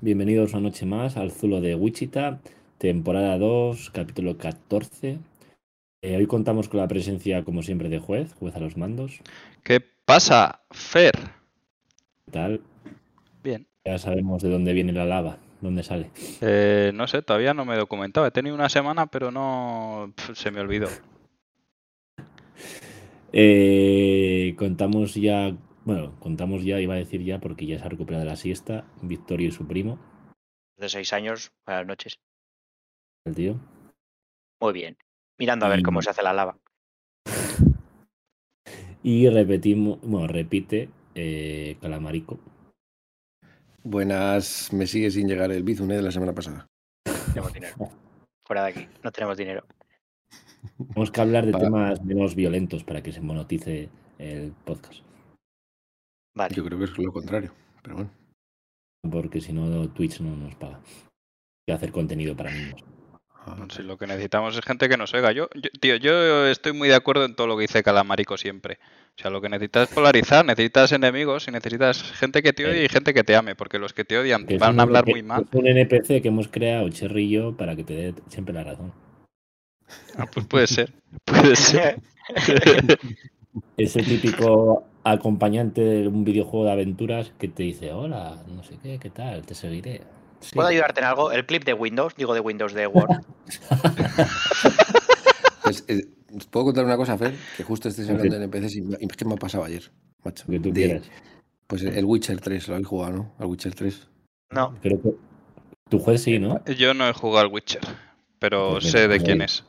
Bienvenidos una noche más al Zulo de Wichita, temporada 2, capítulo 14. Eh, hoy contamos con la presencia, como siempre, de juez, juez a los mandos. ¿Qué pasa, Fer? ¿Qué tal? Bien. Ya sabemos de dónde viene la lava, dónde sale. Eh, no sé, todavía no me he documentado. He tenido una semana, pero no pf, se me olvidó. Eh, contamos ya, bueno, contamos ya, iba a decir ya, porque ya se ha recuperado de la siesta, Victorio y su primo, de seis años, buenas noches. el tío. Muy bien. Mirando a ver cómo Mm. Y- se hace la lava. Y repetimos, bueno, repite eh, Calamarico. Buenas, me sigue sin llegar el Bizune de la semana pasada. Tenemos dinero. Fuera de aquí. No tenemos dinero. Tenemos que hablar de Para- temas menos violentos para que se monotice el podcast. Vale. Yo creo que es lo contrario, pero bueno. Porque si no, Twitch no nos paga. Y hacer contenido para niños. Ah, Si lo que necesitamos es gente que nos oiga. Yo, yo- tío, yo estoy muy de acuerdo en todo lo que dice Calamarico siempre. O sea, lo que necesitas es polarizar, necesitas enemigos y necesitas gente que te odie y gente que te ame, porque los que te odian Que es van un a hablar NP- muy mal. Es un NPC que hemos creado, Cherry y yo, para que te dé siempre la razón. Ah, pues puede ser, puede ser. Es el típico acompañante de un videojuego de aventuras que te dice, hola, no sé qué, qué tal, te seguiré. Sí. ¿Puedo ayudarte en algo? El clip de Windows, digo de Windows de Word. pues, eh, ¿os ¿Puedo contar una cosa, Fer? Que justo estés Sí. hablando de NPCs y, me- y ¿qué me ha pasado ayer, macho? Lo que tú De- quieras. Pues el Witcher 3, lo habéis jugado, ¿no? Al Witcher 3. No. Creo que tu juez sí, ¿no? Yo no he jugado al Witcher, pero Pues mira, sé de muy quién bien. es.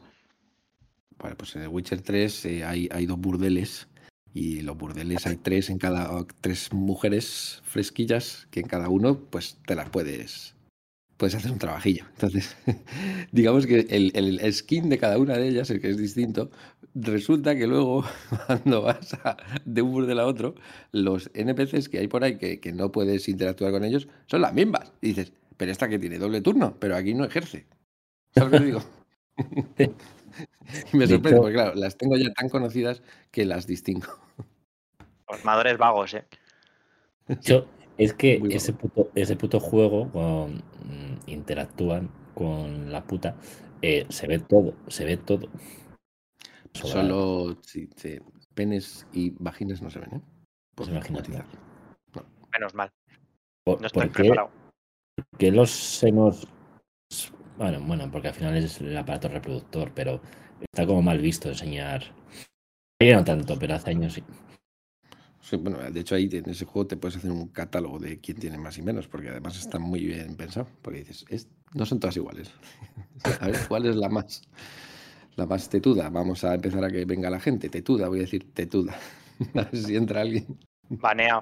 Vale, pues en el Witcher 3 eh, hay, hay dos burdeles y los burdeles hay tres en cada tres mujeres fresquillas que en cada uno pues te las puedes puedes hacer un trabajillo. Entonces, digamos que el, el skin de cada una de ellas, el que es distinto, resulta que luego cuando vas a- de un burdel a otro, los NPCs que hay por ahí que, que no puedes interactuar con ellos son las mismas. Y dices, pero esta que tiene doble turno, pero aquí no ejerce. ¿Sabes lo que digo? Y me De sorprende, hecho- porque claro, las tengo ya tan conocidas que las distingo. Formadores vagos, ¿eh? Yo- es que Muy ese puto, ese puto juego, cuando mm, interactúan con la puta, eh, se ve todo, se ve todo. Sobrado. Solo sí, sí, penes y vaginas no se ven, ¿eh? Por Se imagina, matizar. Menos mal. ¿Por, No estoy por qué, preparado. que los senos. Bueno, bueno, porque al final es el aparato reproductor, pero está como mal visto enseñar. Ya no tanto, pero hace años sí. Sí, bueno, de hecho ahí en ese juego te puedes hacer un catálogo de quién tiene más y menos, porque además está muy bien pensado, porque dices, "Es- no son todas iguales. A ver, ¿cuál es la más? La más tetuda. Vamos a empezar a que venga la gente. Tetuda, voy a decir tetuda. A ver si entra alguien. Banea.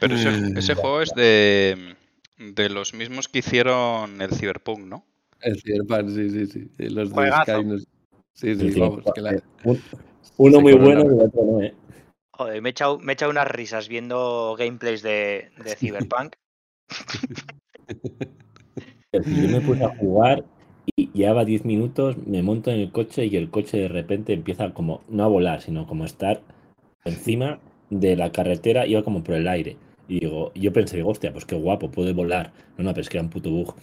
Pero ese, Mm. ese juego es de, de los mismos que hicieron el Cyberpunk, ¿no? El Cyberpunk, sí, sí, sí. Eh, Los de Juegazo. Sky. no- Sí, El sí, vamos, Cyberpunk, que la- eh, un- Uno se muy coló la- bueno y otro no, ¿eh? Joder, me he echado, me he echado unas risas viendo gameplays de, de Cyberpunk. Pero si Yo me puse a jugar y llevaba 10 minutos, me monto en el coche y el coche de repente empieza como, no a volar, sino como a estar encima de la carretera, iba como por el aire. Y digo, yo pensé, digo, hostia, pues qué guapo, puede volar. No, no, pero es que era un puto bug.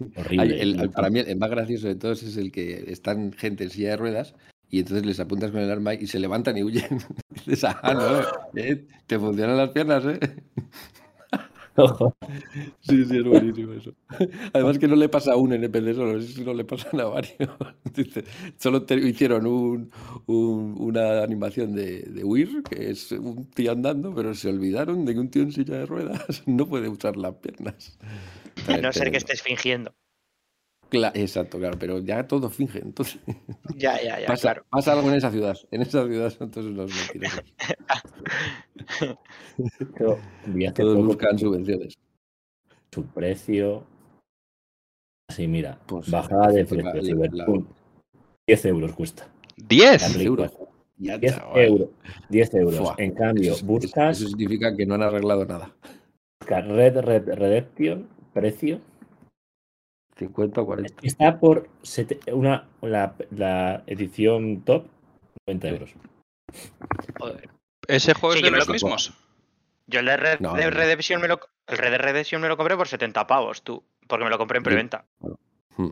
Ay, Horrible. el- el- para mí el más gracioso de todos es el que están gente en silla de ruedas y entonces les apuntas con el arma y se levantan y huyen. Dices, ah, no, eh, te funcionan las piernas, ¿eh? Sí, sí, es buenísimo eso. Además que no le pasa a un NPC solo, es que no le pasan a varios. Dice, Solo te- hicieron un- un- una animación de, de huir, que es un tío andando, pero se olvidaron de que un tío en silla de ruedas no puede usar las piernas. A no ser Tremendo. que estés fingiendo. Cla- Exacto, claro, pero ya todos fingen, entonces... Ya, ya, ya, pasa, claro. pasa algo en esa ciudad. En esa ciudad son todos unos mentirosos. Vi hace Todos poco buscan subvenciones. su precio. Así, mira, Pues, bajada de encima precio, la- Cyberpunk. 10 euros cuesta. La ¡Diez! Play euros. 4, Ya, 10 chaval. euros. 10 euros. Fua, En cambio, Eso es- buscas, Eso significa que no han arreglado nada. buscas Red, Red Redemption, precio. 50 o 40. Está por sete- una, la, la edición top, 90 euros. Joder. ¿Ese juego Sí, es que de me los lo- mismos? Yo el de Red No, Dead no, no. Redemption me lo, el Red Dead Redemption me lo compré por 70 pavos, tú. Porque me lo compré en Yo- preventa. Hmm.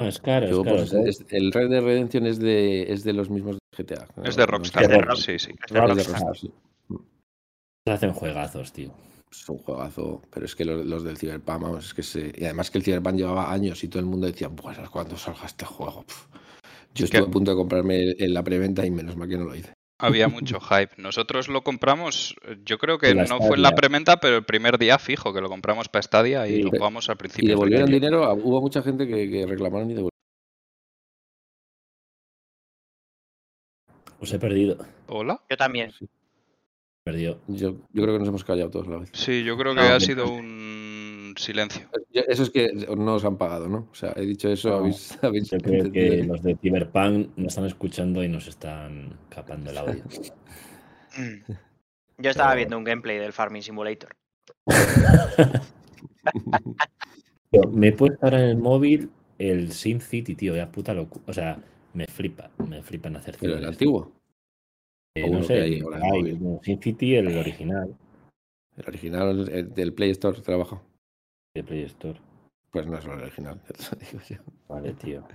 No, es caro, Yo, es caro. pues, es- el Red de Redemption es de, es de los mismos de GTA. ¿no? Es de Rockstar. Es de Sí, Rockstar. sí. Es de Rockstar. Rockstar, sí. Hacen juegazos, tío. Es un juegazo, pero es que los, los del Cyberpunk, vamos, es que se... Y además que el Cyberpunk llevaba años y todo el mundo decía, bueno, cuando salga este juego? Pf". Yo ¿Qué? estuve a punto de comprarme el- en la preventa y menos mal que no lo hice. Había mucho hype. Nosotros lo compramos, eh, yo creo que La no fue en la Stadia. preventa, pero el primer día fijo que lo compramos para Stadia y Sí, lo pero- jugamos al Y principio. devolvieron dinero, a- hubo mucha gente que, que reclamaron y devolvieron. Os he perdido. ¿Hola? Yo también. Perdido. Yo, yo creo que nos hemos callado todos a la vez. Sí, yo creo que No, ha que- sido un silencio. Yo- Eso es que no os han pagado, ¿no? O sea, he dicho eso, No, habéis, habéis Yo creo que entendido. los de Cyberpunk nos están escuchando y nos están capando el audio. Mm. Yo estaba Pero- viendo un gameplay del Farming Simulator. Tío, me he puesto ahora en el móvil el Sin City, tío. Ya puta locura. O sea, me flipa. Me flipan hacer Pero el ciudades. antiguo, Eh, o no uno sé, que hay el ahora que en hay, móvil. no, Sin City, el original el original el del Play Store trabaja. de Play Store. Pues no es el original, ya te lo digo yo. Vale, tío.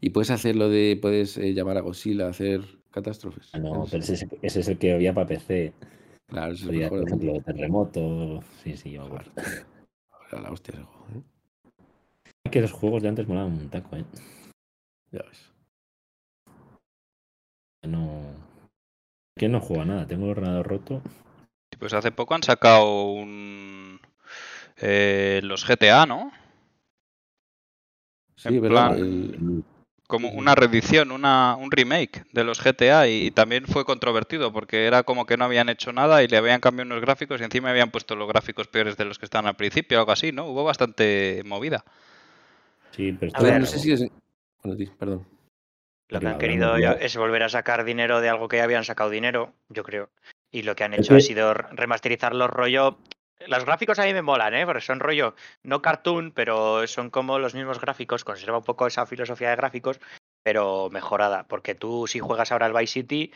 Y puedes hacer lo de, puedes eh, llamar a Godzilla a hacer catástrofes. Ah, No, Es- pero ese, es- ese es el que había para PC. Claro, eso es Había, mejor, por ¿no? ejemplo, terremoto. Sí, sí, yo me acuerdo. Claro, Era la hostia ese juego, ¿eh? Que los juegos de antes molaban un taco, ¿eh? Ya ves. No. Que no juega nada. Tengo el ordenador roto. Sí, Pues hace poco han sacado un... eh, los GTA, ¿no? Sí, En plan- verdad. Ah, el- Como Ujú. una reedición, una, un remake de los GTA y, también fue controvertido porque era como que no habían hecho nada y le habían cambiado unos gráficos y encima habían puesto los gráficos peores de los que estaban al principio, algo así, ¿no? Hubo bastante movida. Sí, pero A está Bueno, ver, no sé si es. Bueno, di, Lo perdón. que Arriba, han querido hablando, es volver a sacar dinero de algo que ya habían sacado dinero, yo creo. Y lo que han Es hecho ha que- sido re- remasterizar los rollo. Los gráficos a mí me molan, ¿eh? Porque son rollo, no cartoon, pero son como los mismos gráficos. Conserva un poco esa filosofía de gráficos, pero mejorada. Porque tú, si juegas ahora al Vice City,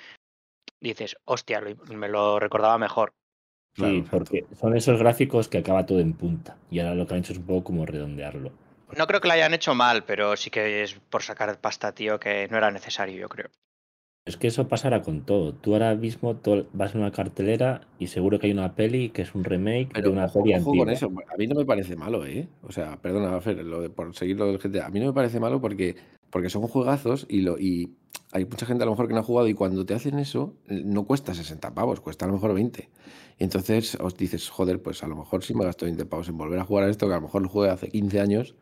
dices, hostia, lo- me lo recordaba mejor. Sí, Claro, exacto. porque son esos gráficos que acaba todo en punta. Y ahora lo que han hecho es un poco como redondearlo. No creo que lo hayan hecho mal, pero sí que es por sacar pasta, tío, que no era necesario, yo creo. Es que eso pasará con todo. Tú ahora mismo to- vas a una cartelera y seguro que hay una peli que es un remake Pero de una ojo, peli ojo antigua. con eso. A mí no me parece malo, ¿eh? O sea, perdona, Fer, lo de- por seguir lo del GTA. A mí no me parece malo porque, porque son juegazos y, lo, y hay mucha gente a lo mejor que no ha jugado y cuando te hacen eso, eh, no cuesta 60 pavos, cuesta a lo mejor 20. Y entonces os dices, joder, pues a lo mejor sí me gasto 20 pavos en volver a jugar a esto, que a lo mejor lo jugué hace 15 años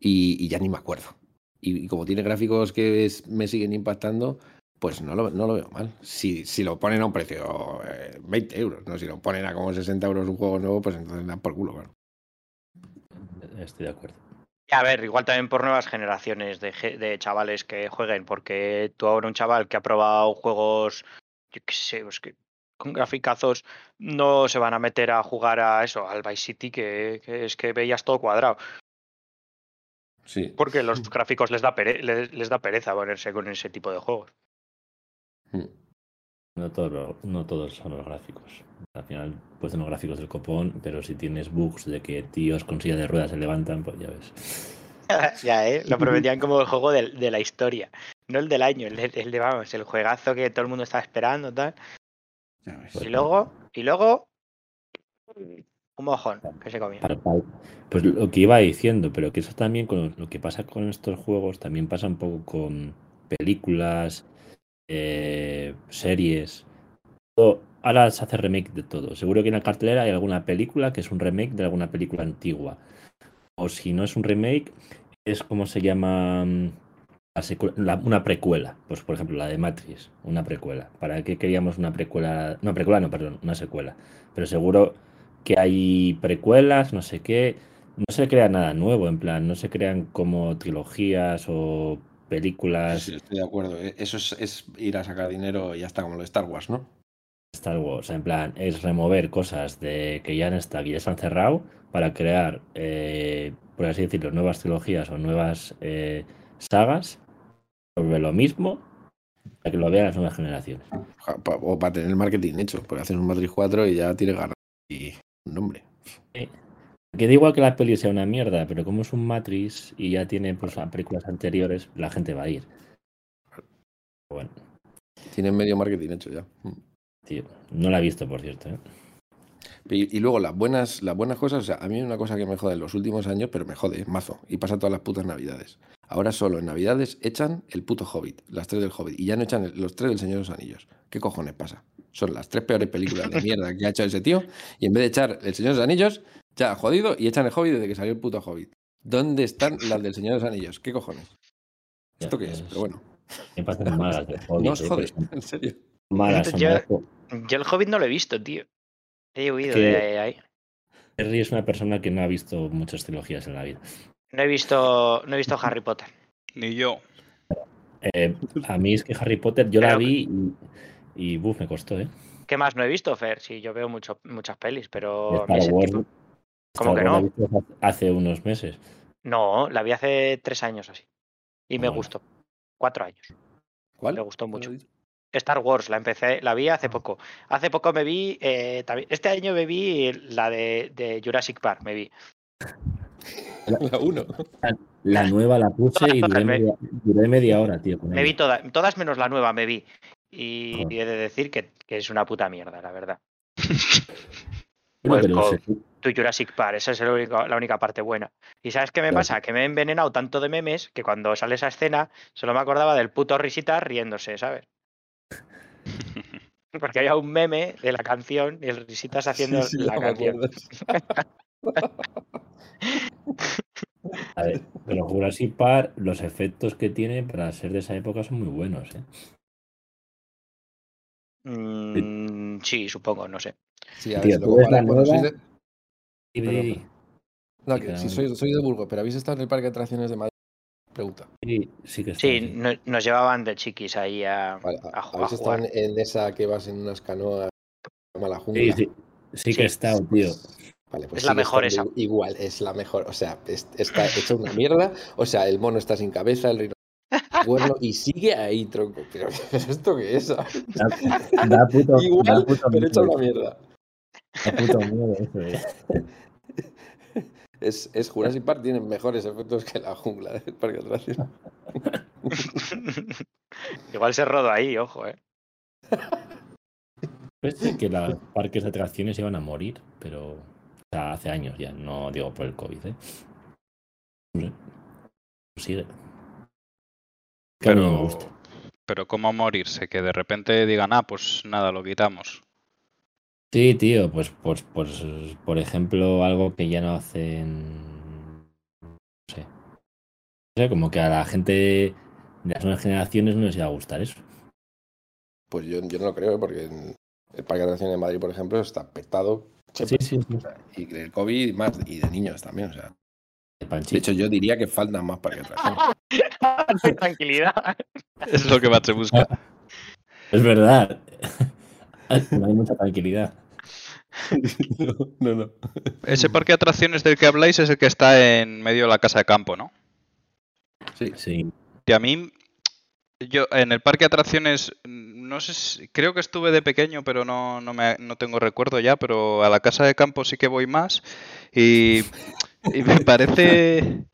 y, y ya ni me acuerdo. Y, y como tiene gráficos que es- me siguen impactando, pues no lo, no lo veo mal. Si, si lo ponen a un precio eh, 20 euros, no si lo ponen a como 60 euros un juego nuevo, pues entonces dan por culo, claro. Estoy de acuerdo. A ver, igual también por nuevas generaciones de, ge- de chavales que jueguen, porque tú ahora un chaval que ha probado juegos, yo qué sé, pues que con graficazos, no se van a meter a jugar a eso, al Vice City, que, que es que veías todo cuadrado, Sí. porque los gráficos les da, pere- les, les da pereza ponerse con ese tipo de juegos. Mm. No, todo- no todos son los gráficos. Al final, pues son los gráficos del copón, pero si tienes bugs de que tíos con silla de ruedas se levantan, pues ya ves. ya, ¿eh? Lo prometían como el juego del- de, la historia, no el del año, el de, el de, vamos, el juegazo que todo el mundo está esperando, tal. Y luego, y luego, un mojón que se comía. Para- para- Pues lo que iba diciendo, pero que eso también con lo que pasa con estos juegos, también pasa un poco con películas, eh, series. Todo- ahora se hace remake de todo. Seguro que en la cartelera hay alguna película que es un remake de alguna película antigua. O si no es un remake, es como se llama mm, la secu- la- una precuela. Pues por ejemplo, la de Matrix, una precuela. ¿Para qué queríamos una precuela? No, precuela no, perdón, una secuela. Pero seguro que hay precuelas, no sé qué. No se crea nada nuevo, en plan, no se crean como trilogías o películas Ah, Sí, estoy de acuerdo. E- Eso es, es ir a sacar dinero y ya está, como lo de Star Wars, ¿no? Star Wars, en plan, es remover cosas de que ya han estado, y ya se han cerrado, para crear, eh, por así decirlo, nuevas trilogías o nuevas eh, sagas sobre lo mismo, para que lo vean las nuevas generaciones. Ja, pa- O para tener marketing hecho, porque hacen un Matrix 4 y ya tiene ganas. y un nombre. Que da igual que la peli sea una mierda, pero como es un Matrix y ya tiene pues a películas anteriores, la gente va a ir. Bueno, Tienen medio marketing hecho ya. Mm. tío, no la he visto, por cierto. ¿eh? Y, y luego las buenas, las buenas cosas, o sea, a mí una cosa que me jode en los últimos años, pero me jode, mazo, y pasa todas las putas navidades. Ahora solo en navidades echan el puto Hobbit, las tres del Hobbit, y ya no echan el- los tres del Señor de los Anillos. ¿Qué cojones pasa? Son las tres peores películas de mierda que ha hecho ese tío, y en vez de echar el Señor de los Anillos, ya ha jodido y echan el Hobbit desde que salió el puto Hobbit. ¿Dónde están las del Señor de los Anillos? ¿Qué cojones? ¿Esto qué es? Pero bueno, Me pasan malas. de no Hobbit, os ¿eh? jode, en serio. Malas. son Yo- malas. Yo el Hobbit no lo he visto, tío. He huido Que- de ahí. Terry es una persona que no ha visto muchas trilogías en la vida. No he visto, no he visto Harry Potter. Ni yo. Eh, a mí es que Harry Potter, yo la Pero- vi y, y buf, me costó, ¿eh? ¿Qué más no he visto, Fer? Sí, yo veo mucho, muchas pelis, pero a Star mí ese Wars, tipo- Star Oh, ¿Cómo que Wars la no? he visto hace unos meses. No, la vi hace tres años así. Y me Bueno. gustó. Cuatro años. ¿Cuál? Me gustó mucho. ¿Cuál has dicho? Star Wars, la empecé, la vi Ah. hace poco. Hace poco me vi, eh, también- este año me vi la de, de Jurassic Park, me vi. La 1. La nueva la puse y duré Todas, me- media, duré media hora, tío. con Me ella. vi todas, todas menos la nueva, me vi. Ah. Y Joder. he de decir que, que es una puta mierda, la verdad. Creo que Pues, los- Tu Jurassic Park, esa es el único- la única parte buena. ¿Y sabes qué me Claro. pasa? Que me he envenenado tanto de memes que cuando sale esa escena solo me acordaba del puto risita riéndose, ¿sabes? Porque había un meme de la canción y el risitas haciendo Sí, sí, la ya me canción. acuerdo. a ver, pero Jurassic Park, los efectos que tiene para ser de esa época son muy buenos, ¿eh? Mm, sí, supongo, no sé. Sí, a ver, Tío, si lo tú ves comparas la cuando sois nueva- de- Y Pero- vi- No, y que cada si uno. soy, soy de Burgos, pero ¿habéis estado en el parque de atracciones de Madrid? Pregunta. sí, sí que está, Sí, sí. no- nos llevaban de chiquis ahí a, Vale, a ju- a Ah, ¿Habéis estado jugar. en, en esa que vas en unas canoas a la Sí, jungla? sí, sí Sí. que está, tío. Vale, pues Es la sigue mejor estando i- Igual, es la mejor. O sea, es- está hecha una mierda. O sea, el mono está sin cabeza, el rino. Bueno, y sigue ahí, tronco. Pero ¿esto qué es? Da, da puto, da Igual, puto pero hecha miedo, una mierda. da puto miedo eso, eh. Es, es Jurassic Park, tiene mejores efectos que la jungla del parque de atracciones. Igual se rodó ahí, ojo, ¿eh? Pues sí que los parques de atracciones iban a morir, pero o sea, hace años ya, no digo por el COVID, ¿eh? No sé. Sigue. Que a mí no me Pero, gusta. pero ¿cómo morirse? Que de repente digan, ah, pues nada, lo quitamos. Sí, tío, pues, pues, pues, por ejemplo, algo que ya no hacen. No sé. No sé, como que a la gente de las nuevas generaciones no les iba a gustar eso. Pues yo, yo no lo creo, ¿eh? porque en el Parque de Atracciones de Madrid, por ejemplo, está petado. Sí, siempre. sí, sí. Y que el COVID y más, y de niños también. O sea. De De Panchito. hecho, yo diría que faltan más parques de atracciones. Tranquilidad. Es lo que más se busca. Es verdad. No hay mucha tranquilidad. no, no. Ese parque de atracciones del que habláis es el que está en medio de la casa de campo, ¿no? Sí. Sí. Y a mí, yo en el parque de atracciones, no sé, si- creo que estuve de pequeño, pero no, no, me, no tengo recuerdo ya, pero a la casa de campo sí que voy más y, y me parece,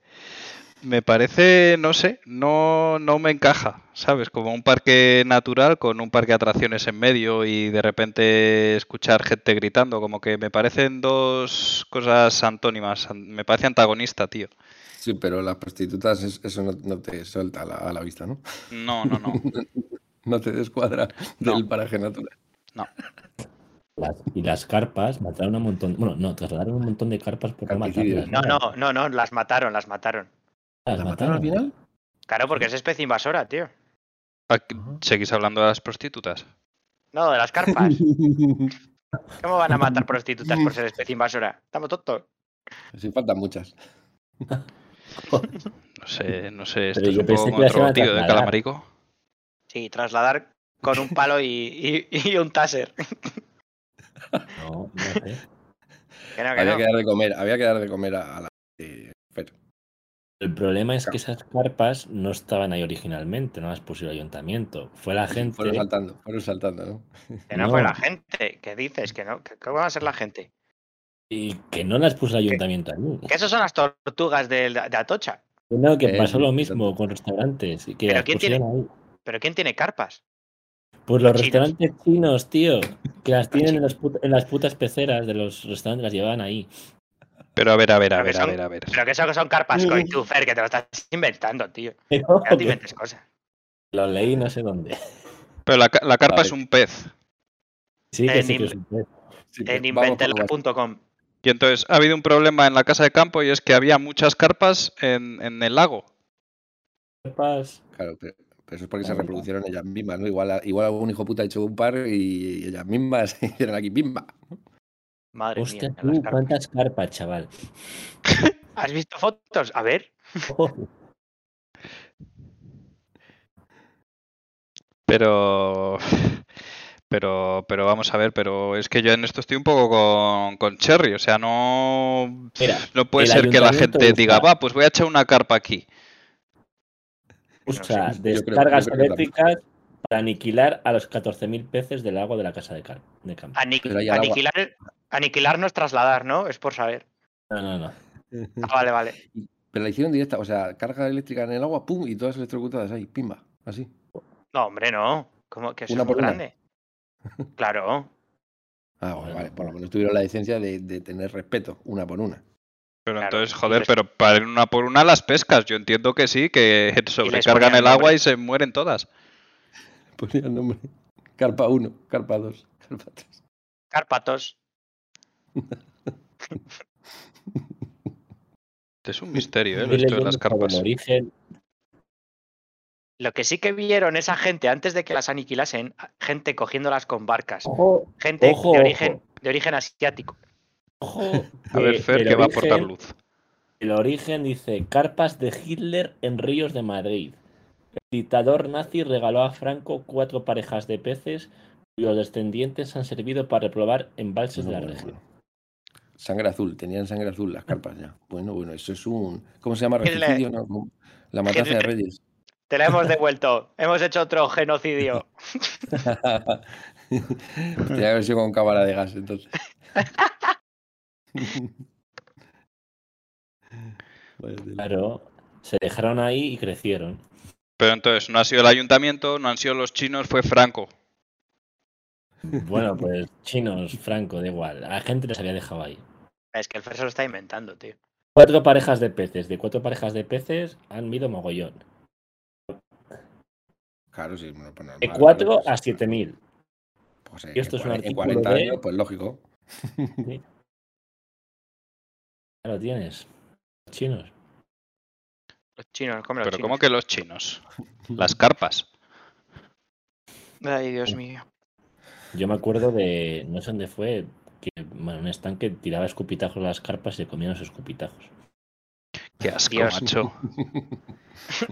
me parece, no sé, no, no me encaja, ¿sabes? Como un parque natural con un parque de atracciones en medio y de repente escuchar gente gritando, como que me parecen dos cosas antónimas, an- me parece antagonista, tío. Sí, pero las prostitutas, es- eso no, no te suelta a la, a la vista, ¿no? No, no, no. No te descuadra No. del paraje natural. Las- y las carpas mataron a un montón. Bueno, no, trasladaron un montón de carpas por no Carpicidios. matarlas. No, no, no, no, las mataron, las mataron. Las ¿La mataron al final? Claro, porque es especie invasora, tío. Aquí- ¿Seguís hablando de las prostitutas? No, de las carpas. ¿Cómo van a matar prostitutas por ser especie invasora? Estamos tontos. Sí, faltan muchas. No sé, no sé, Pero esto es yo un pensé poco que como las iban otro a tío de trasladar. Calamarico. Sí, trasladar con un palo y, y- y un taser. No, no sé. Ah, Que no, que Había no. que dar de comer, había que dar de comer a, a la. eh, Fer. El problema es que esas carpas no estaban ahí originalmente, no las puso el ayuntamiento. Fue la gente. Fueron saltando, fueron saltando, ¿no? Que no fue no. la gente. ¿Qué dices? Que no. que- ¿Cómo va a ser la gente? Y que no las puso el ayuntamiento a mí. Que esas son las tortugas del- de, Atocha. No, que Eh, pasó lo sí, mismo con restaurantes. y Que ¿Pero las quién tiene- pusieron ahí. Pero ¿quién tiene carpas? Pues los Los chinos. Ah, restaurantes chinos, tío. Que las tienen en las, put- en las putas peceras de los restaurantes, las llevaban ahí. Pero a ver, a ver, a Pero que ver, a son- ver, a ver. Pero que eso que son carpas, coño, tú, Fer, que te lo estás inventando, tío. Pero Que no te que inventes cosas. lo leí no sé dónde. Pero la, ca- la carpa Vale. es un pez. Sí, que En sí que im- es un pez. Sí, En vamos por lo básico. inventelar.com. Y entonces ha habido un problema en la casa de campo y es que había muchas carpas en, en el lago. Carpas. Claro, pero, pero eso es porque se Ahí va. reproducieron ellas mismas, ¿no? Igual, a- igual algún hijo puta ha hecho un par y ellas mismas hicieron aquí pimba. Madre Hostia, mía, tú, las carpas. cuántas carpas, chaval. ¿Has visto fotos? A ver. Oh, Pero. Pero, pero vamos a ver, pero es que yo en esto estoy un poco con, con Cherry, o sea, no, Mira, no puede el ser que la ayuntamiento gente busca- diga, va, pues voy a echar una carpa aquí. usa yo creo- yo descargas creo que también. eléctricas para aniquilar a los 14.000 peces del agua de la casa de, car- de campo. Ani- Pero hay agua. aniquilar, aniquilar no es trasladar, ¿no? Es por saber. No, no, no. Ah, vale, vale. Pero la hicieron directa, o sea, carga eléctrica en el agua, pum, y todas electrocutadas ahí, pimba, así. No, hombre, no. ¿Cómo que eso Una es muy por una. grande? Claro. Ah, Bueno. bueno, vale, por lo menos tuvieron la decencia de, de tener respeto, una por una. Pero Claro, entonces, y joder, les- pero para ir una por una las pescas, yo entiendo que sí, que sobrecargan ponían el agua nombre. y se mueren todas. Ponía el nombre. Carpa 1, carpa 2, carpa 3. Cárpatos. Es un misterio, ¿eh? Dile Esto de yo las que como carpas. origen, Lo que sí que vieron esa gente antes de que las aniquilasen, gente cogiéndolas con barcas. ojo, Gente Ojo, de, ojo. origen, de origen asiático. ojo. A ver, Fer, el que va a aportar origen- luz. El origen dice: carpas de Hitler en ríos de Madrid. El dictador nazi regaló a Franco cuatro parejas de peces cuyos descendientes han servido para reprobar embalses de la región. Sangre azul, tenían sangre azul las carpas ya. Bueno, bueno, eso es un. ¿Cómo se llama? Hitler. Regicidio, no, no, La matanza de Hitler. Reyes. Te la hemos devuelto. hemos hecho otro genocidio. Tenía que haber sido con cámara de gas, entonces. Vaya tela. Claro, se dejaron ahí y crecieron. Pero entonces, no ha sido el ayuntamiento, no han sido los chinos, fue Franco. Bueno, pues chinos, Franco, da igual. A la gente les había dejado ahí. Es que el Fer se lo está inventando, tío. Cuatro parejas de peces. De cuatro parejas de peces han ido mogollón. Claro, sí, bueno, pues normal. De vale, 4 pues, a 7000. pues, eh, y esto es un cuare- en artículo 40 de- años, pues lógico. Ya lo tienes. Chinos. Los chinos, como los Pero ¿cómo chinos. que los chinos? Las carpas. Ay, Dios mío. Yo me acuerdo de. No sé dónde fue. Que, bueno, un estanque tiraba escupitajos a las carpas y se comían los escupitajos. Qué asco, Dios. macho.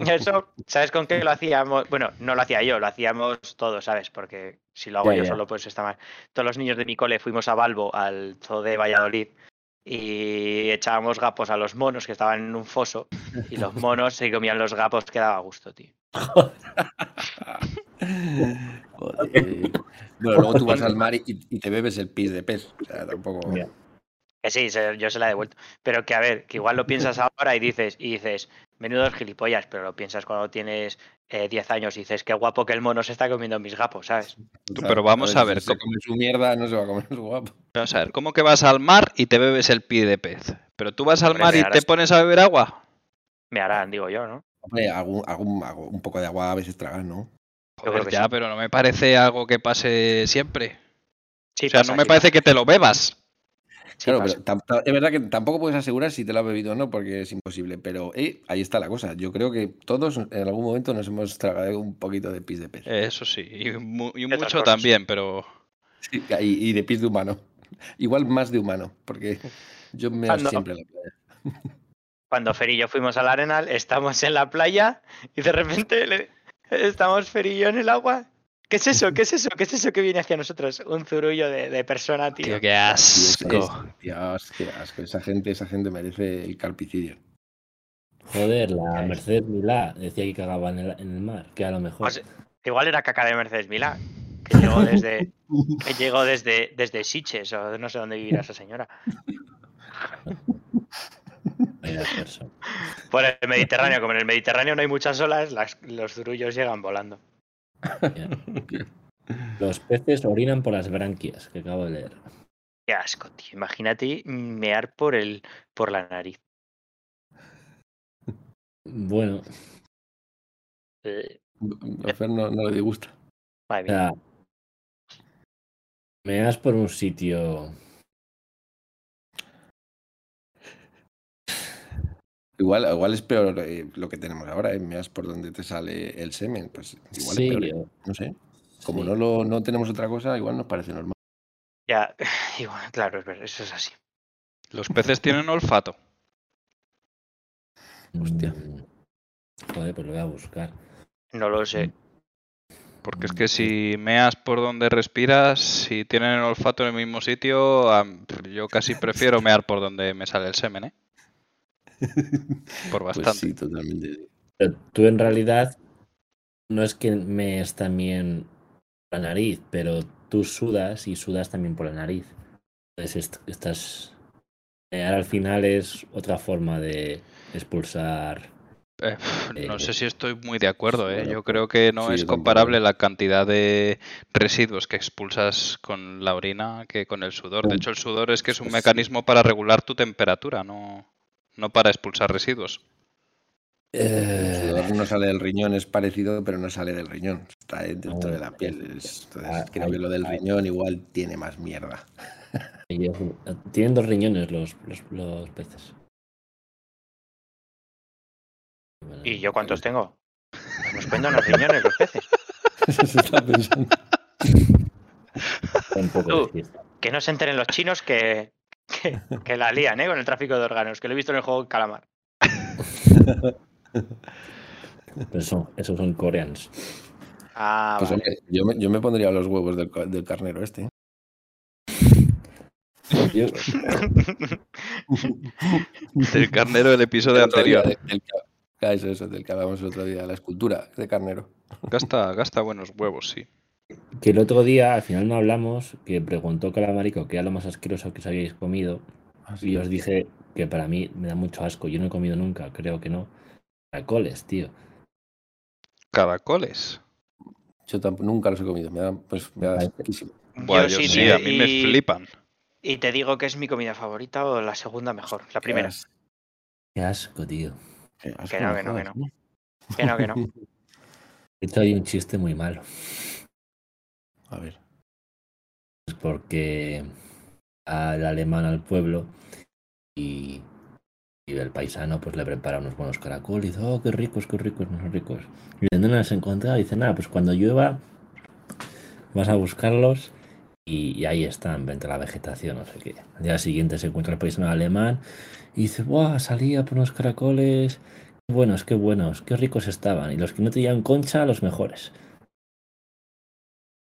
Eso, ¿sabes con qué lo hacíamos? Bueno, no lo hacía yo, lo hacíamos todos, ¿sabes? Porque si lo hago Ya, yo ya. solo, pues está mal. Todos los niños de mi cole fuimos a Balbo, al zoo de Valladolid, y echábamos gapos a los monos que estaban en un foso, y los monos se comían los gapos que daba gusto, tío. Joder. Eh, Bueno, luego tú vas al mar y, y te bebes el pis de pez. O sea, tampoco. Ya. Que sí, se- yo se la he devuelto. Pero que a ver, que igual lo piensas ahora y dices, y dices, menudos gilipollas, pero lo piensas cuando tienes eh, 10 años y dices, qué guapo que el mono se está comiendo mis gapos, ¿sabes? Total, pero vamos a ver Si se cómo- come su mierda, no se va a comer su guapo. Vamos a ver, ¿cómo que vas al mar y te bebes el pie de pez? Pero tú vas al Hombre, mar y ahora te sí. pones a beber agua. Me harán, digo yo, ¿no? Hombre, algún, algún, algún- un poco de agua a veces tragas, ¿no? creo Joder, que ya, sí. pero no me parece algo que pase siempre. Sí, O sea, pasa, no me sí parece pasa, que te lo bebas. sí Claro, pasa. pero tam- ta- es verdad que tampoco puedes asegurar si te lo has bebido o no, porque es imposible. Pero eh, ahí está la cosa. Yo creo que todos en algún momento nos hemos tragado un poquito de pis de pez. Eso sí, y, mu- y Otras mucho cosas. también, pero... Sí, Y, y de pis de humano. Igual más de humano, porque yo me Ah, das no. siempre en la playa. cuando Fer y yo fuimos al Arenal, estamos en la playa y de repente le- estamos Fer y yo en el agua. ¿Qué es eso? ¿Qué es eso? ¿Qué es eso que viene hacia nosotros? Un zurullo de, de persona, tío. Tío, qué Y es- asco. es- Dios, qué asco. Esa gente, esa gente merece el carpicidio. Joder, la Ya ves. Mercedes Milá decía que cagaba en el, en el mar. Que a lo mejor. O sea, Igual era caca de Mercedes Milá, que llegó desde, que llegó desde, desde Siches o no sé dónde vivirá esa señora. Vaya persona. Por el Mediterráneo, como en el Mediterráneo no hay muchas olas, las- los zurullos llegan volando. Ya. Los peces orinan por las branquias, que acabo de leer. Qué asco, tío. Imagínate mear por el por la nariz. Bueno, Eh, A Fer no, no le disgusta. madre o mía. sea, meas por un sitio. Igual, igual es peor eh, lo que tenemos ahora, ¿eh? Meas por donde te sale el semen. Pues igual Sí, es peor, ¿eh? o- no sé. Como sí. no, lo, no tenemos otra cosa, igual nos parece normal. Ya, y bueno, claro, es verdad, eso es así. Los peces tienen olfato. Hostia. Mm. Joder, pues lo voy a buscar. No lo sé. Porque es que si meas por donde respiras, si tienen el olfato en el mismo sitio, am, yo casi prefiero mear por donde me sale el semen, ¿eh? Por Pues bastante. sí, totalmente. Pero tú en realidad no es que mees también por la nariz, pero tú sudas y sudas también por la nariz. Entonces est- estás. mear al final es otra forma de expulsar. Eh, pf, no Eh, sé si estoy muy de acuerdo, ¿eh? bueno, Yo creo que sí, no yo es tampoco. comparable la cantidad de residuos que expulsas con la orina que con el sudor. De No. hecho, el sudor es que es un Pues sí. mecanismo para regular tu temperatura, no, no para expulsar residuos. El Eh. sudor no sale del riñón, es parecido, pero no sale del riñón. Está dentro de la Ah, piel. es- es- ah, entonces, creo que ahí- lo del ahí. riñón igual tiene más mierda. Y es- Tienen dos riñones los, los, los peces. Bueno, ¿Y yo cuántos tengo? Pues Nos cuentan los riñones los peces. Eso se está pensando. un poco Tú. de fiesta. Que no se enteren los chinos que, que, que la lían, ¿eh? Con el tráfico de órganos, que lo he visto en el juego Calamar. Pero son- esos son coreanos. Ah, Pues vale. hombre, yo me, yo me pondría los huevos del, ca- del carnero este. Yo- Del carnero del episodio Otro día, anterior. de- del que- ah, eso, eso, del que hablábamos el otro día, la escultura de carnero. Gasta, gasta buenos huevos, sí. Que el otro día, al final no hablamos, que preguntó Calamarico qué era lo más asqueroso que os habíais comido. Y os dije que para mí me da mucho asco. Yo no he comido nunca, creo que no. Caracoles, tío. Caracoles. Yo tampoco, nunca los he comido, me da, pues, me da Vale. asquísimo. Buah, Yo yo sí sí, te- a mí me y- flipan. Y te digo que es mi comida favorita o la segunda mejor. La primera. Qué as- Qué asco, tío. qué asco, Que no, que no, que jodas, Que no, que no. De hecho, hay un chiste muy malo. A ver. Es pues, porque al alemán al pueblo y, y el paisano pues le prepara unos buenos caracoles. Dice, oh, qué ricos, qué ricos, unos ricos. Y dice, ¿dónde los has encontrado? Dice, nada, pues cuando llueva vas a buscarlos y, y ahí están, entre la vegetación, no sé qué. Al día siguiente se encuentra el paisano alemán y dice, ¡buah! Salía por unos caracoles. Qué buenos, qué buenos, qué ricos estaban. Y los que no tenían concha, los mejores.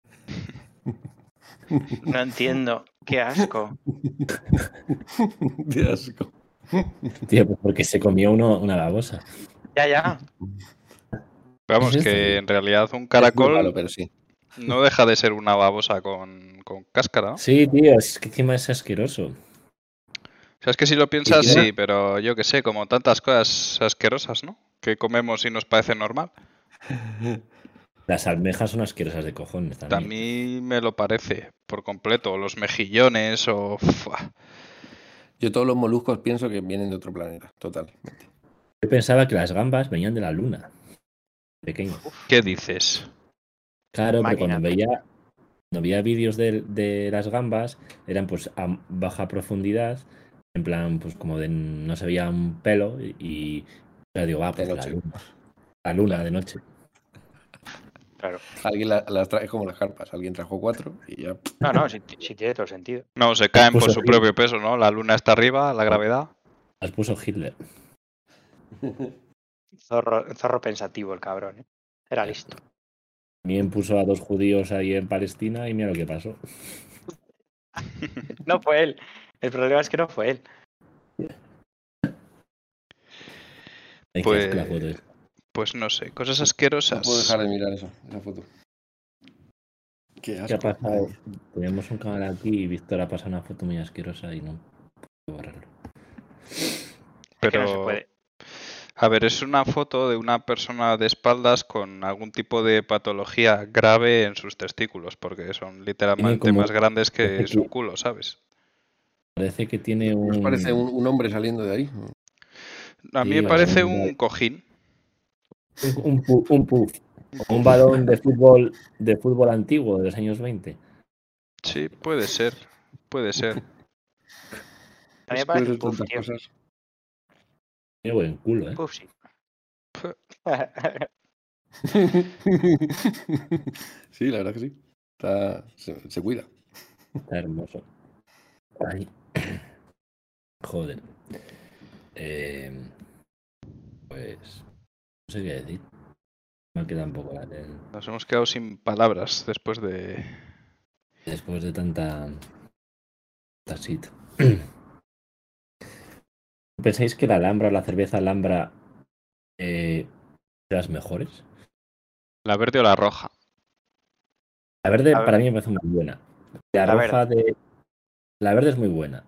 No entiendo. Qué asco. Qué asco. Tío, pues porque se comió uno una babosa. Ya, ya. Vamos, Sí, sí. que en realidad un Es muy malo, caracol pero sí. no deja de ser una babosa con, con cáscara, ¿no? Sí, tío, es que encima es asqueroso. O sea, es que si lo piensas, queda- sí, pero yo qué sé, como tantas cosas asquerosas, ¿no? Que comemos y nos parece normal. Las almejas son asquerosas de cojones A también. mí me lo parece por completo. o Los mejillones o... fua. Yo todos los moluscos pienso que vienen de otro planeta, totalmente. Yo pensaba que las gambas venían de la luna. Pequeño. ¿Qué dices? Claro, pero cuando Máquina. veía, cuando veía vídeos de, de las gambas, eran pues a baja profundidad, en plan, pues como de no se veía un pelo, y, y yo digo, ah, pues De la noche. luna. La luna de noche. Claro. Alguien la- las trae como las carpas, alguien trajo cuatro y ya. No, no, si, si tiene todo sentido. No, se caen por Pues su así. propio peso, ¿no? La luna está arriba, la gravedad. Las puso Hitler. Zorro, zorro pensativo el cabrón. ¿eh? Era listo. También puso a dos judíos ahí en Palestina y mira lo que pasó. No fue él. El problema es que no fue él. Hay que Pues- buscar la foto esa. Pues no sé, cosas No puedo asquerosas. dejar de mirar eso, esa foto. Qué asco. ¿Qué ha pasado? Teníamos un canal aquí y Víctor ha pasado una foto muy asquerosa y no puedo borrarlo. que no Pero, se puede. a ver, es una foto de una persona de espaldas con algún tipo de patología grave en sus testículos, porque son literalmente como- más grandes que Parece su que- culo, ¿sabes? Parece que tiene un. Nos parece un, un hombre saliendo de ahí. A mí Sí, me parece algún- un cojín. un, pu- un puff. O un balón de fútbol, de fútbol antiguo de los años 20. Sí, puede ser, puede ser. A mí me Después parece de puff, tantas tío. cosas. Qué buen culo, ¿eh? Puff, sí. Puh. sí, la verdad que sí. Está- se, se cuida. Está hermoso. Ay. Joder. Eh, pues. No sé qué decir. Me queda un poco la del- Nos hemos quedado sin palabras después de... Después de tanta. Tasito. ¿Pensáis que la Alhambra o la cerveza Alhambra. eh, de las mejores? La verde o la roja. La verde A ver. para mí me parece muy buena. La, La roja de. La verde es muy buena.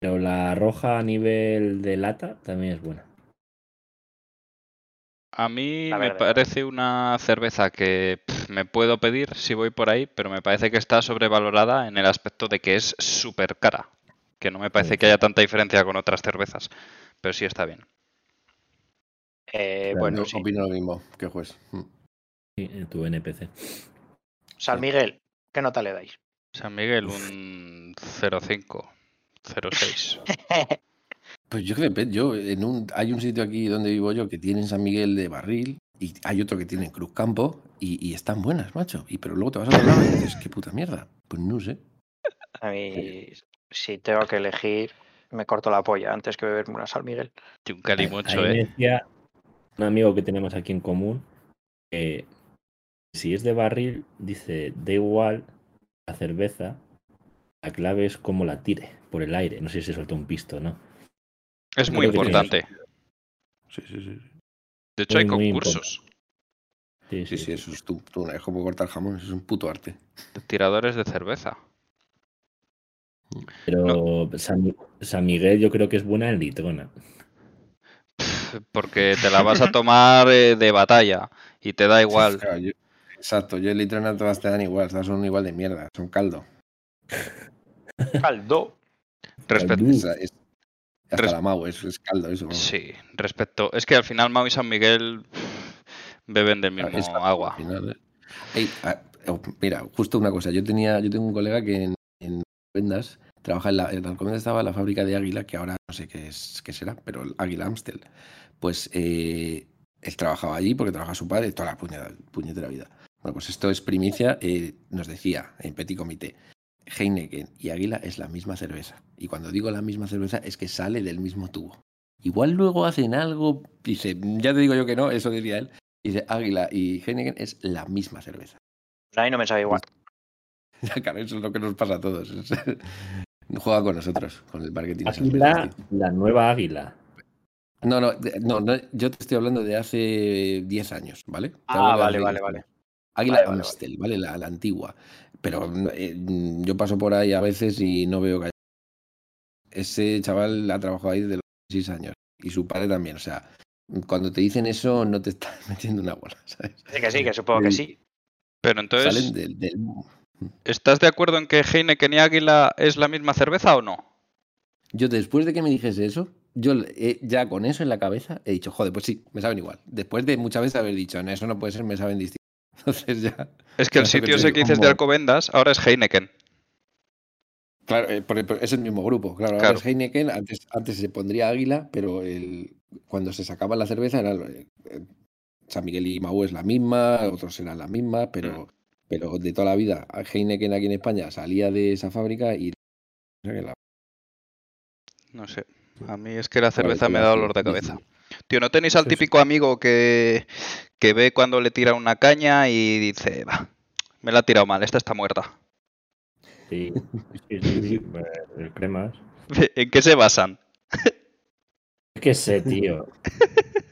Pero la roja a nivel de lata también es buena. A mí La me verde, la verde. parece una cerveza que pf, me puedo pedir si voy por ahí, pero me parece que está sobrevalorada en el aspecto de que es súper cara. Que no me parece que haya tanta diferencia con otras cervezas, pero sí está bien. Eh, Claro, bueno, Yo sí. opino lo mismo que juez. Mm. Sí, en tu NPC. San Miguel, ¿qué nota le dais? San Miguel, un 0,5, 0,6. Pues yo que depende, yo en un, hay un sitio aquí donde vivo yo que tienen San Miguel de Barril y hay otro que tiene en Cruz Campo y, y están buenas, macho. Y pero luego te vas a otro lado y dices, qué puta mierda. Pues no sé. A mí, si tengo que elegir, me corto la polla antes que beberme una San Miguel. Y un calimocho, Ahí me ¿eh? decía un amigo que tenemos aquí en común que si es de barril, dice, da igual la cerveza, la clave es cómo la tire por el aire. No sé si se soltó un pisto, ¿no? Es muy creo que tiene- importante. Sí, sí, sí. De hecho, hay muy importante. concursos Sí, Sí, sí, eso es tú, tú, es como cortar jamón, eso es un puto arte. de tiradores de cerveza. Pero San, Mi- San Miguel yo creo que es buena en litrona. Porque te la vas a tomar eh, de batalla y te da igual. Claro, yo- exacto, yo el litrona todas te dan igual, todas son igual de mierda, son caldo. Caldo. Respe- Caldu. Esa es- hasta Res- la Mau, es, es caldo eso. vamos. Sí, respecto. Es que al final Mau y San Miguel beben del mismo Claro, es fácil agua. al final, ¿eh? Ey, ah, oh, mira, justo una cosa. Yo tenía, yo tengo un colega que en, en Vendas trabaja en la, en Alcobendas estaba la fábrica de Águila, que ahora no sé qué es, qué será, pero el Águila Amstel. Pues eh, él trabajaba allí porque trabaja su padre toda la puñada- puñetera vida. Bueno, pues esto es primicia. eh, nos decía en Petit Comité, Heineken y Águila es la misma cerveza. Y cuando digo la misma cerveza es que sale del mismo tubo. Igual luego hacen algo, dice, ya te digo yo que no, eso diría él, Dice Águila y Heineken es la misma cerveza. Ahí no me sabe igual. Ya, claro, eso es lo que nos pasa a todos. Juega con nosotros, con el marketing. esas Águila, veces, tío. la nueva águila. No, no, de- no, no, yo te estoy hablando de hace 10 años, ¿vale? Te Ah, hablo de vale, hace vale, 10 vale. años. Águila Vale, vale, vale. Amstel, ¿vale? La, la antigua. Pero mm, eh, mm, yo paso por ahí a veces y no veo que haya- Ese chaval ha trabajado ahí desde los 6 años. Y su padre también. O sea, cuando te dicen eso, no te estás metiendo una bola, ¿sabes? Sí, que sí, que supongo que Mm. sí. Pero entonces, Salen del, del mismo. ¿estás de acuerdo en que Heineken y Águila es la misma cerveza o no? Yo después de que me dijese eso, yo le- eh, ya con eso en la cabeza he dicho, joder, pues sí, me saben igual. Después de muchas veces haber dicho, no, eso no puede ser, me saben distinto. Entonces ya... Es que el Claro, que sitio te ese digo, que dices de como- Alcobendas ahora es Heineken. Claro, eh, por- por- es el mismo grupo, claro. ahora Claro. es Heineken, antes, antes se pondría Águila, pero el, cuando se sacaba la cerveza era... lo- eh, San Miguel y Mau es la misma, otros eran la misma, pero, pero de toda la vida Heineken aquí en España salía de esa fábrica y... o sea que la- No sé. A mí es que la Claro, cerveza que me la da dolor de cerveza. cabeza. Tío, ¿no tenéis al Sí, sí. típico amigo que, que ve cuando le tira una caña y dice, va, me la ha tirado mal, esta está muerta? Sí, sí, sí, sí, pues, el cremas. ¿En qué se basan? Es que sé, tío.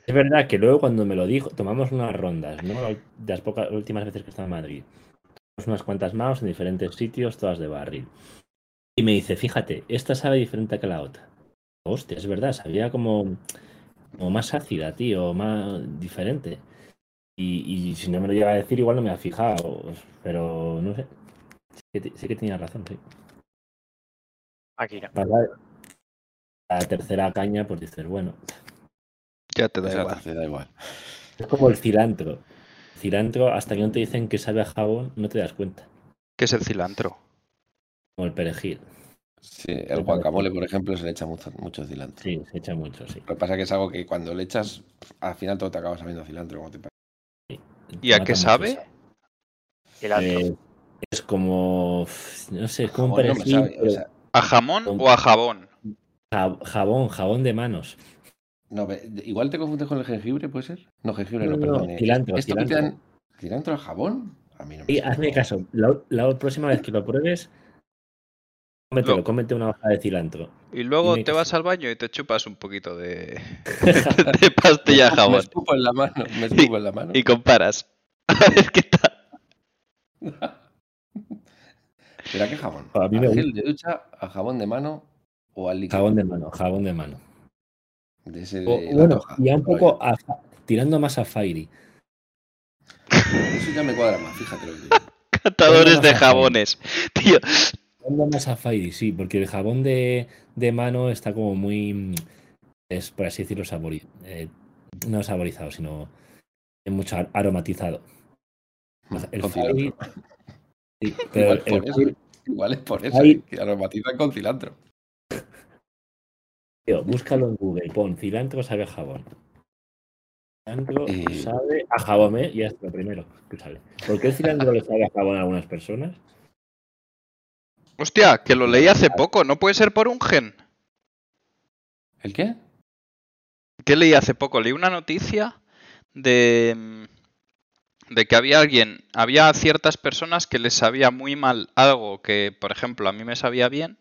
Es verdad que luego cuando me lo dijo, tomamos unas rondas, ¿no? La ul- De las pocas últimas veces que estaba en Madrid. Tomamos unas cuantas manos en diferentes sitios, todas de barril. Y me dice, fíjate, esta sabe diferente que la otra. Hostia, es verdad, sabía como, como más ácida, tío, más diferente. Y, y si no me lo llega a decir, igual no me ha fijado, pero no sé. Sí que, ti- sí que tenía razón, sí. Aquí no. Pasar La tercera caña, pues dices, bueno, Ya te da Exacto, igual. te da igual. es como el cilantro. Cilantro, hasta que no te dicen que sabe a jabón, no te das cuenta. ¿Qué es el cilantro? Como el perejil. Sí, el guacamole, por ejemplo, se le echa mucho, mucho cilantro. Sí, se echa mucho, sí. Lo que pasa es que es algo que cuando le echas, al final todo te acaba sabiendo a cilantro. como te pasa. ¿Y a Mata qué mucho sabe? esa- Cilantro. Eh, es como, uf, no sé, es como un Jabón no me perejil, sabe, o pero sea, ¿A jamón Con- o a jabón? jab- jabón, jabón de manos. No, ve- de- igual te confundes con el jengibre, ¿puede ser? No, jengibre No, no, no, perdón. eh, cilantro, ¿Esto que te cilantro. dan- ¿Cilantro al jabón? A mí no me Y suena. hazme caso, la, la próxima vez que lo pruebes, cómetelo, Lo- cómete una hoja de cilantro. Y luego Dime te que vas sí. al baño y te chupas un poquito de, de pastilla de Me jabón escupo en la mano, me escupo en la mano. y comparas. A ver qué tal. ¿Pero a qué jabón? A mí me ¿Al gel de ducha, a jabón de mano o al líquido? Jabón de mano, jabón de mano. De ese de O- la bueno, toja. y ya un poco a fa- tirando más a Fairy. Eso ya me cuadra más, fíjate lo que digo. Catadores Tengo de razón. jabones. Tío, Tirando más a Fairy, sí, porque el jabón de, de mano está como muy. mm, Es, por así decirlo, sabori- eh, no saborizado, sino mucho ar- aromatizado. Pues El Con Fairy. cilantro. sí, pero Hmm, el, Igual por eso. Fairy, Igual es por eso. Ahí- Que aromatizan con cilantro. tío, búscalo en Google, pon cilantro sabe a jabón. Cilantro Eh. sabe a jabón, ¿eh? Ya es lo primero que sale. ¿Por qué el cilantro le sabe a jabón a algunas personas? hostia, que lo leí hace poco. No puede ser por un gen. ¿El qué? ¿Qué leí hace poco? Leí una noticia de, mm, de que había alguien, había ciertas personas que les sabía muy mal algo que, por ejemplo, a mí me sabía bien,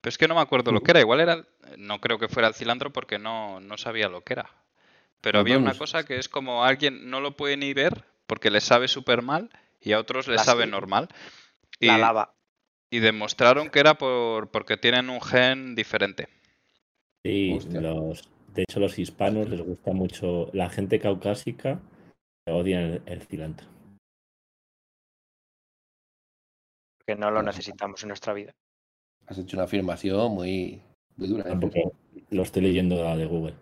pero es que no me acuerdo lo que era. Igual era, no creo que fuera el cilantro porque no, no sabía lo que era. Pero Nos había una vamos. cosa que es como alguien no lo puede ni ver porque le sabe súper mal y a otros le La sabe sí. normal. Y, La lava. y demostraron que era por, porque tienen un gen diferente. Sí, Hostia. los, de hecho los hispanos les gusta mucho la gente caucásica, odian el, el cilantro. Que no lo Nos- necesitamos en nuestra vida. Has hecho una afirmación muy, muy dura. ¿eh? Tampoco lo estoy leyendo de Google.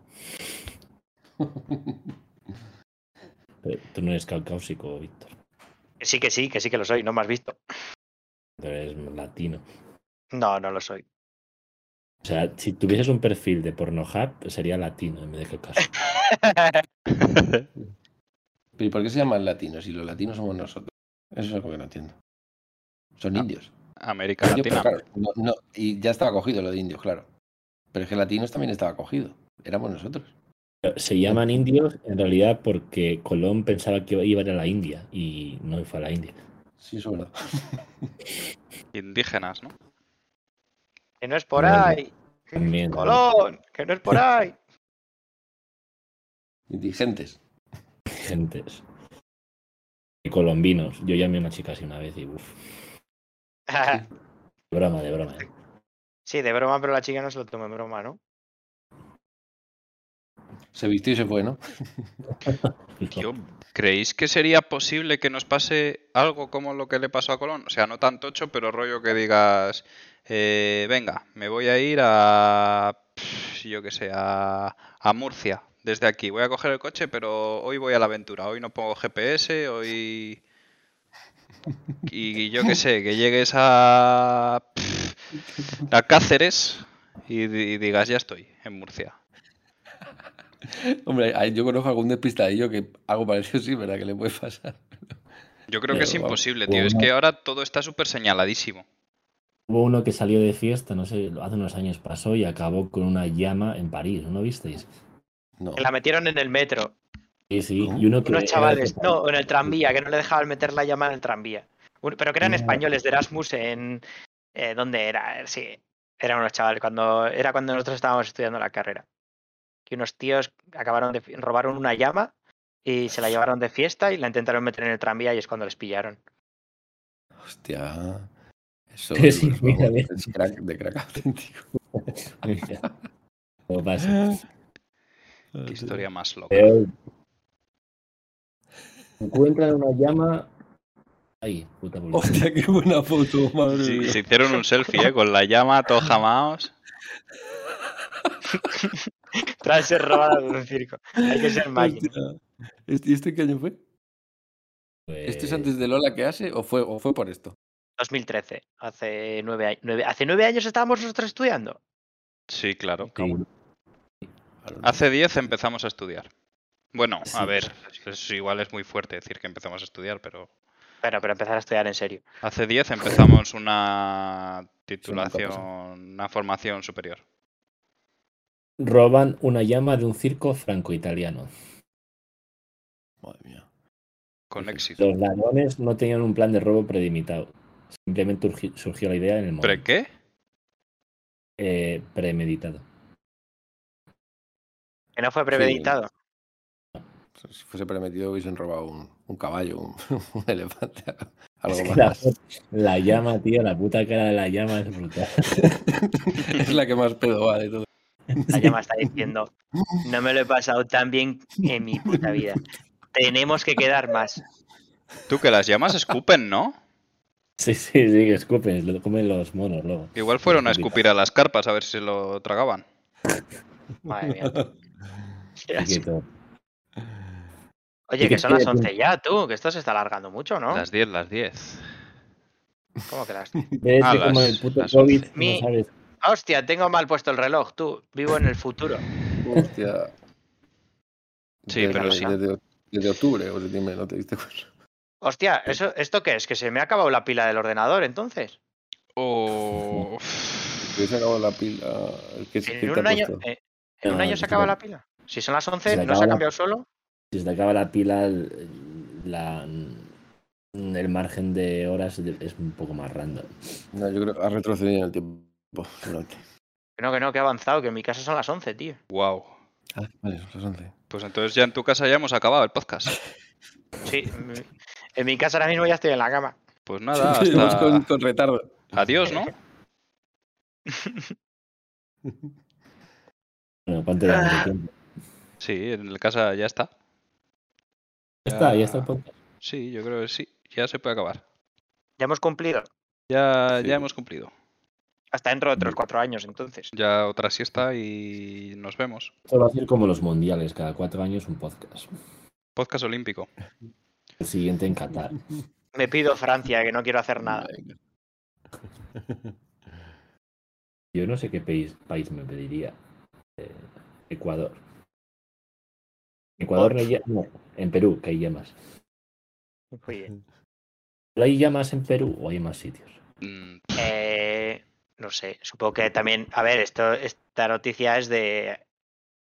Eh, Tú no eres caucásico, Víctor. Que sí, que sí, que sí que lo soy. No me has visto. Tú eres latino. No, no lo soy. O sea, si tuvieses un perfil de Pornhub, sería latino en vez de caucásico. ¿Pero ¿y por qué se llaman latinos? Si los latinos somos nosotros. Eso es algo que no entiendo. Son Ah, indios. América Indios, pero Latina. claro, no- no, y ya estaba cogido lo de indios, claro. Pero es que latinos también estaba cogido. Éramos nosotros. Pero Se llaman indios en realidad porque Colón pensaba que iba a ir a la India y no fue a la India. Sí, eso es verdad. Indígenas, ¿no? Que no es por Vale. ahí. También. Colón, que no es por ahí. Indigentes. Gentes. Y colombinos. Yo llamé a una chica así una vez y uff. De broma, de broma. eh. sí, de broma, pero la chica no se lo toma en broma, ¿no? Se vistió y se fue, ¿no? Tío, ¿creéis que sería posible que nos pase algo como lo que le pasó a Colón? O sea, no tan tocho, pero rollo que digas, eh, venga, me voy a ir a, pf, yo qué sé, a, a Murcia, desde aquí. Voy a coger el coche, pero hoy voy a la aventura. Hoy no pongo GPS, hoy... Y yo qué sé, que llegues a, pf, a Cáceres y di- y digas, ya estoy, en Murcia. Hombre, ahí yo conozco algún despistadillo que algo parecido sí, ¿verdad? Que le puede pasar. Yo creo que es Pero, vamos, imposible, tío. Es bueno. que ahora todo está súper señaladísimo. Hubo uno que salió de fiesta, no sé, hace unos años pasó y acabó con una llama en París, ¿no lo visteis? No. Que la metieron en el metro. Sí, sí. ¿Cómo? Y uno que era Unos de chavales. Cataluña. No, en el tranvía, que no le dejaban meter la llama en el tranvía. Un- Pero que eran No. españoles de Erasmus en. eh, ¿Dónde era? Sí. Eran unos chavales. Cuando, era cuando nosotros estábamos estudiando la carrera. Que unos tíos acabaron de. fi- robaron una llama y se la llevaron de fiesta y la intentaron meter en el tranvía y es cuando les pillaron. Hostia. Eso Sí, vamos, mira, bien. es crack, de crack auténtico. Mira, Lo pasa. Qué historia más loca. Peor. Encuentran una llama. Ay, puta por Hostia, qué buena foto, madre Sí, mía. se hicieron un selfie, ¿eh? Con la llama, todos jamaos. Tras ser robada de un circo. Hay que ser máquina. Hostia. Este- ¿Y este qué año fue? pues, ¿Este es antes de Lola que hace o fue, o fue por esto? 2013. Hace nueve, años. hace nueve años estábamos nosotros estudiando. Sí, claro. Claro, no. Hace 10 empezamos a estudiar. Bueno, a Sí. ver, es- igual es muy fuerte decir que empezamos a estudiar, pero Bueno, pero empezar a estudiar en serio. hace 10 empezamos una nunca pasa. titulación, una formación superior. Roban una llama de un circo franco-italiano. Madre mía. Con éxito. Los ladrones no tenían un plan de robo predimitado. Simplemente urgi- surgió la idea en el ¿Pero momento. qué? Eh, premeditado. Que no fue premeditado. Si fuese permitido hubiesen robado un, un caballo, un, un elefante, algo Es que la, más. la llama, tío, la puta cara de la llama es brutal. es la que más pedo va de todo. La llama está diciendo, no me lo he pasado tan bien en mi puta vida. Tenemos que quedar más. Tú que las llamas escupen, ¿no? Sí, sí, sí, que escupen, lo comen los monos luego. Igual fueron a Sí, sí. escupir a las carpas a ver si se lo tragaban. Madre mía. Así que todo. Oye, que son las 11 ya, tú, que esto se está alargando mucho, ¿no? Las 10, las 10. ¿Cómo que las Ves Ah, que como las- el puto las COVID, once. no Mi- sabes. Hostia, tengo mal puesto el reloj, tú. Vivo en el futuro. Hostia. Sí, Desde- pero sí. Desde, desde octubre o septiembre, no te diste cuenta. Hostia, ¿eso, ¿esto qué es? ¿Que se me ha acabado la pila del ordenador entonces? O... Que hubiese acabado la pila. ah, ¿Qué, es- qué ¿En te un ha año, puesto? eh, ¿en un No, año no, se acaba no. la pila? Si son las 11, Se ¿no acaba se ha la- cambiado solo? Si se te acaba la pila, el- la- el margen de horas es un poco más random. No, yo creo que ha retrocedido en el tiempo. seguramente. Que no, que no, que he avanzado, que en mi casa son las 11, tío. Wow. Ah, vale, son las 11. Pues entonces ya en tu casa ya hemos acabado el podcast. Sí, en mi- en mi casa ahora mismo ya estoy en la cama. Pues nada, Seguimos con, hasta... con retardo. Adiós, ¿no? Bueno, ¿cuánto llevamos de tiempo? Sí, en el casa ya está. Ya está, ya está el podcast. Sí, yo creo que sí. Ya se puede acabar. Ya hemos cumplido. Ya, Sí. ya hemos cumplido. Hasta dentro de otros cuatro años, entonces. Ya otra siesta y nos vemos. Esto va a ser como los mundiales, cada cuatro años un podcast. Podcast olímpico. El siguiente en Qatar. Me pido Francia, que no quiero hacer nada. Venga. Yo no sé qué país, país me pediría. Eh, Ecuador. Ecuador no hay, ll- no, en Perú, que hay llamas. Oye, ¿Pero hay llamas en Perú o hay más sitios? Mm, eh, no sé, supongo que también. A ver, esto, esta noticia es de,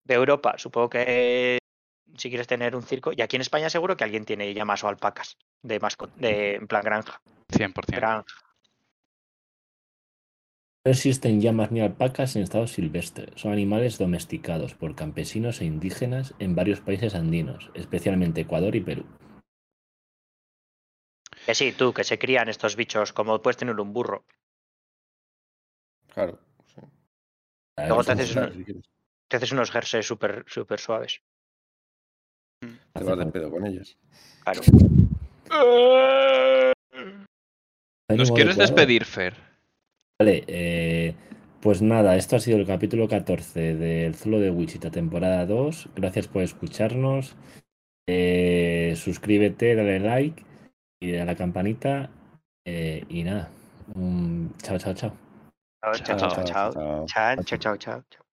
de Europa. Supongo que si quieres tener un circo. Y aquí en España, seguro que alguien tiene llamas o alpacas. De masco- de, en plan granja. 100%. granja. No existen llamas ni alpacas en estado silvestre. Son animales domesticados por campesinos e indígenas en varios países andinos, especialmente Ecuador y Perú. Que sí, tú, que se crían estos bichos, como puedes tener un burro. Claro. sí. Claro, Luego eso Pues te no haces se una- hace Si quieres, Te haces unos jerseys súper súper suaves. Te vas de falta. pedo con ellas. Claro. ¿Nos Ánimo de quieres Ecuador. despedir, Fer? Vale, eh, pues nada, esto ha sido el capítulo 14 del Zulo de Wichita, temporada 2. Gracias por escucharnos. Eh, suscríbete, dale like y dale a la campanita. Eh, y nada, un- chao, chao, chao. Chao, chao, chao, chao. chao. Chao, chao, chao, chao.